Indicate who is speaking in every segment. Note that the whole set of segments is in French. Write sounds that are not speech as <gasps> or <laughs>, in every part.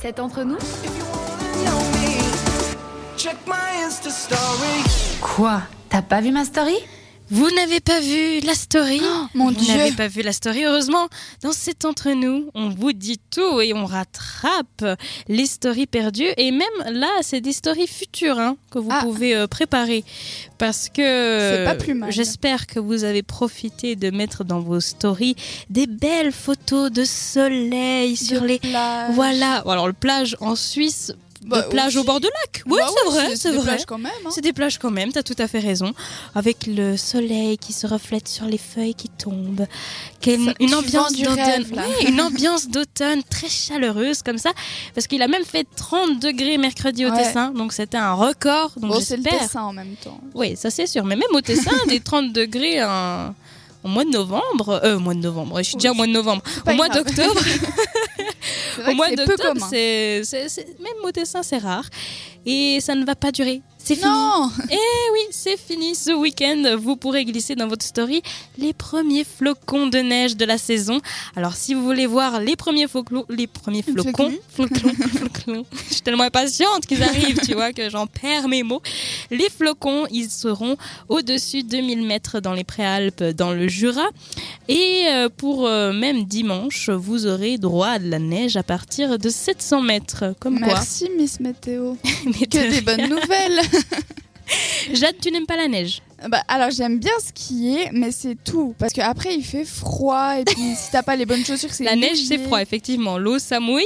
Speaker 1: C'est entre nous Quoi T'as pas vu ma story
Speaker 2: Vous n'avez pas vu la story
Speaker 3: Oh, Mon
Speaker 2: Vous n'avez pas vu la story, heureusement. Dans cet entre nous, on vous dit tout et on rattrape les stories perdues. Et même là, c'est des stories futures hein, que vous
Speaker 3: Ah.
Speaker 2: pouvez euh, préparer. Parce que
Speaker 3: C'est pas
Speaker 2: euh,
Speaker 3: plus mal.
Speaker 2: j'espère que vous avez profité de mettre dans vos stories des belles photos de soleil sur les... Voilà, alors le plage en Suisse,
Speaker 3: Bah,
Speaker 2: de plage au
Speaker 3: aussi. Bah
Speaker 2: bord de lac. Oui, c'est vrai, c'est
Speaker 3: des
Speaker 2: vrai.
Speaker 3: plages quand même. hein.
Speaker 2: C'est des plages quand même, t'as tout à fait raison. Avec le soleil qui se reflète sur les feuilles qui tombent. Quelle-
Speaker 3: Ça-
Speaker 2: une,
Speaker 3: tu
Speaker 2: ambiance
Speaker 3: vends du
Speaker 2: d'automne.
Speaker 3: rêve, là.
Speaker 2: Oui, une ambiance d'automne très chaleureuse comme ça. Parce qu'il a même fait 30 degrés mercredi au
Speaker 3: Ouais.
Speaker 2: Tessin, donc c'était un record. Donc
Speaker 3: Bon, c'est le
Speaker 2: j'espère.
Speaker 3: dessin en même temps.
Speaker 2: Oui, ça c'est sûr. Mais même au Tessin, des 30 degrés hein, au mois de novembre. Euh, au mois de novembre, ouais, je suis déjà au mois de novembre. Au
Speaker 3: pas
Speaker 2: mois
Speaker 3: grave. <laughs>
Speaker 2: d'octobre.
Speaker 3: C'est
Speaker 2: Au
Speaker 3: vrai
Speaker 2: mois
Speaker 3: que c'est peu
Speaker 2: d'octobre,
Speaker 3: commun.
Speaker 2: c'est, c'est- c'est- même au Tessin, c'est rare. Et ça ne va pas durer. C'est fini.
Speaker 3: Non
Speaker 2: Eh oui, c'est fini ce week-end. Vous pourrez glisser dans votre story les premiers flocons de neige de la saison. Alors, si vous voulez voir les premiers flocons, les premiers flocons, <laughs> flocons, flocons, je suis tellement impatiente qu'ils arrivent, tu vois, que j'en perds mes mots. Les flocons, ils seront au-dessus de 1000 mètres dans les Préalpes, dans le Jura. Et euh, pour euh, même dimanche, vous aurez droit à de la neige à partir de 700 mètres. Comme
Speaker 3: Merci
Speaker 2: <laughs>
Speaker 3: Miss Météo.
Speaker 2: quoi. <laughs> Mais
Speaker 3: Que
Speaker 2: de-
Speaker 3: des
Speaker 2: <laughs>
Speaker 3: bonnes nouvelles
Speaker 2: Jade, tu n'aimes pas la neige
Speaker 3: Bah, alors j'aime bien skier, mais c'est tout. Parce qu'après il fait froid et
Speaker 2: <laughs>
Speaker 3: puis si t'as pas les bonnes chaussures, c'est
Speaker 2: La neige,
Speaker 3: mouillé.
Speaker 2: c'est froid, effectivement. L'eau, ça
Speaker 3: <laughs>
Speaker 2: mouille.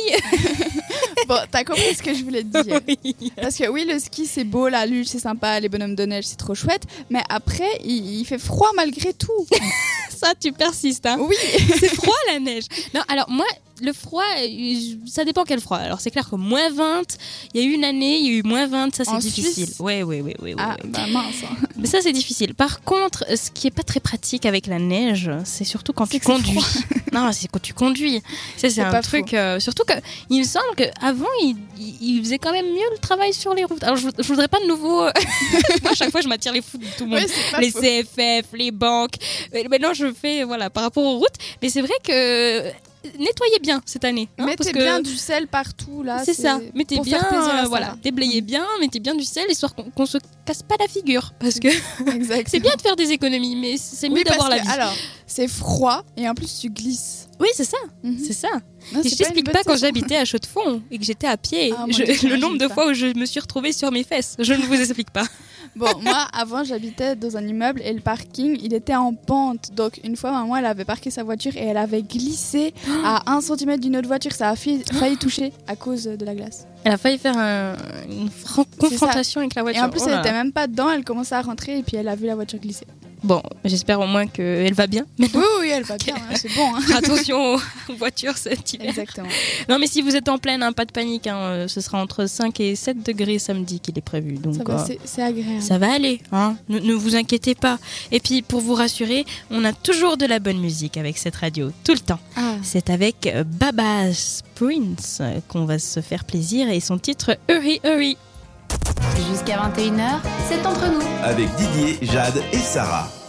Speaker 3: Bon, t'as compris ce que je voulais te dire.
Speaker 2: Oui.
Speaker 3: Parce que oui, le ski c'est beau, la luge c'est sympa, les bonhommes de neige c'est trop chouette, mais après il, il fait froid malgré tout.
Speaker 2: <laughs> Ça, tu persistes. Hein.
Speaker 3: Oui,
Speaker 2: <laughs> C'est froid la neige. Non, alors moi, le froid, euh, je- ça dépend quel froid. Alors c'est clair que moins 20, il y a eu une année, il y a eu moins 20, ça c'est
Speaker 3: En
Speaker 2: difficile.
Speaker 3: Suisse
Speaker 2: Ouais, ouais, ouais, ouais, ouais,
Speaker 3: ah
Speaker 2: ouais.
Speaker 3: bah mince. hein.
Speaker 2: Mais ça c'est difficile. Par contre, euh, ce qui est pas très pratique avec la neige, c'est surtout quand tu
Speaker 3: C'est que c'est
Speaker 2: conduis. <laughs> Non, c'est quand tu conduis. Ça, c'est
Speaker 3: C'est
Speaker 2: un
Speaker 3: pas
Speaker 2: truc. euh, surtout que il me semble que avant, il, il- il faisait quand même mieux le travail sur les routes. Alors je, je voudrais pas de nouveau. <laughs> moi, à chaque fois, je m'attire les fous de tout le monde
Speaker 3: Ouais, c'est
Speaker 2: <laughs>
Speaker 3: pas
Speaker 2: les
Speaker 3: faux.
Speaker 2: CFF, les banques. Euh, Maintenant, je fais voilà par rapport aux routes, mais c'est vrai que euh, nettoyez bien cette année. hein, parce
Speaker 3: Mettez
Speaker 2: que
Speaker 3: bien du sel partout là.
Speaker 2: c'est ça. Mettez
Speaker 3: pour
Speaker 2: bien,
Speaker 3: faire plaisir à
Speaker 2: euh,
Speaker 3: Mm.
Speaker 2: <laughs>
Speaker 3: Sarah.
Speaker 2: voilà, déblayez bien, mettez bien du sel histoire qu'on qu'on se casse pas la figure, parce
Speaker 3: <laughs>
Speaker 2: que
Speaker 3: Exact.
Speaker 2: c'est bien de faire des économies, mais c'est mieux
Speaker 3: Oui, parce
Speaker 2: d'avoir la
Speaker 3: que,
Speaker 2: vie.
Speaker 3: Alors, c'est froid et en plus tu glisses.
Speaker 2: Oui, c'est ça,
Speaker 3: Mhm.
Speaker 2: c'est ça.
Speaker 3: Non,
Speaker 2: Et je
Speaker 3: c'est pas une
Speaker 2: t'explique
Speaker 3: bonne
Speaker 2: pas quand
Speaker 3: saison.
Speaker 2: j'habitais à Chaux-de-Fonds et que j'étais à pied,
Speaker 3: Ah, moi,
Speaker 2: je-
Speaker 3: j'imagine
Speaker 2: le nombre de
Speaker 3: pas.
Speaker 2: fois où je me suis retrouvée sur mes fesses, je ne vous explique
Speaker 3: <laughs>
Speaker 2: pas.
Speaker 3: <laughs> Bon, moi, avant, j'habitais dans un immeuble et le parking, il était en pente. Donc, une fois, maman, elle avait parqué sa voiture et elle
Speaker 2: <gasps>
Speaker 3: avait glissé à 1 cm d'une autre voiture. Ça a fi- failli toucher à cause de la glace.
Speaker 2: Elle a failli faire un- une fran-
Speaker 3: ça.
Speaker 2: confrontation avec la voiture.
Speaker 3: Et en plus,
Speaker 2: Oh là
Speaker 3: elle
Speaker 2: là.
Speaker 3: était même pas dedans. Elle commençait à rentrer et puis elle a vu la voiture
Speaker 2: <laughs>
Speaker 3: glisser.
Speaker 2: Bon, j'espère au moins qu'elle va bien. Mais
Speaker 3: Oui, oui, elle va bien. hein, c'est bon. hein.
Speaker 2: <laughs> attention aux voitures cet hiver.
Speaker 3: Exactement.
Speaker 2: Non, mais si vous êtes en pleine, hein, pas de panique. hein, euh, ce sera entre 5 et 7 degrés samedi qu'il est prévu. Donc,
Speaker 3: Ça va,
Speaker 2: euh,
Speaker 3: c'est- c'est agréable.
Speaker 2: ça va aller. hein. ne, ne vous inquiétez pas. Et puis, pour vous rassurer, on a toujours de la bonne musique avec cette radio, tout le temps.
Speaker 3: Ah.
Speaker 2: C'est avec euh, Babas Prince euh, qu'on va se faire plaisir et son titre Hurry Hurry.
Speaker 1: Jusqu'à 21h, c'est entre nous.
Speaker 4: Avec Didier, Jade et Sarah.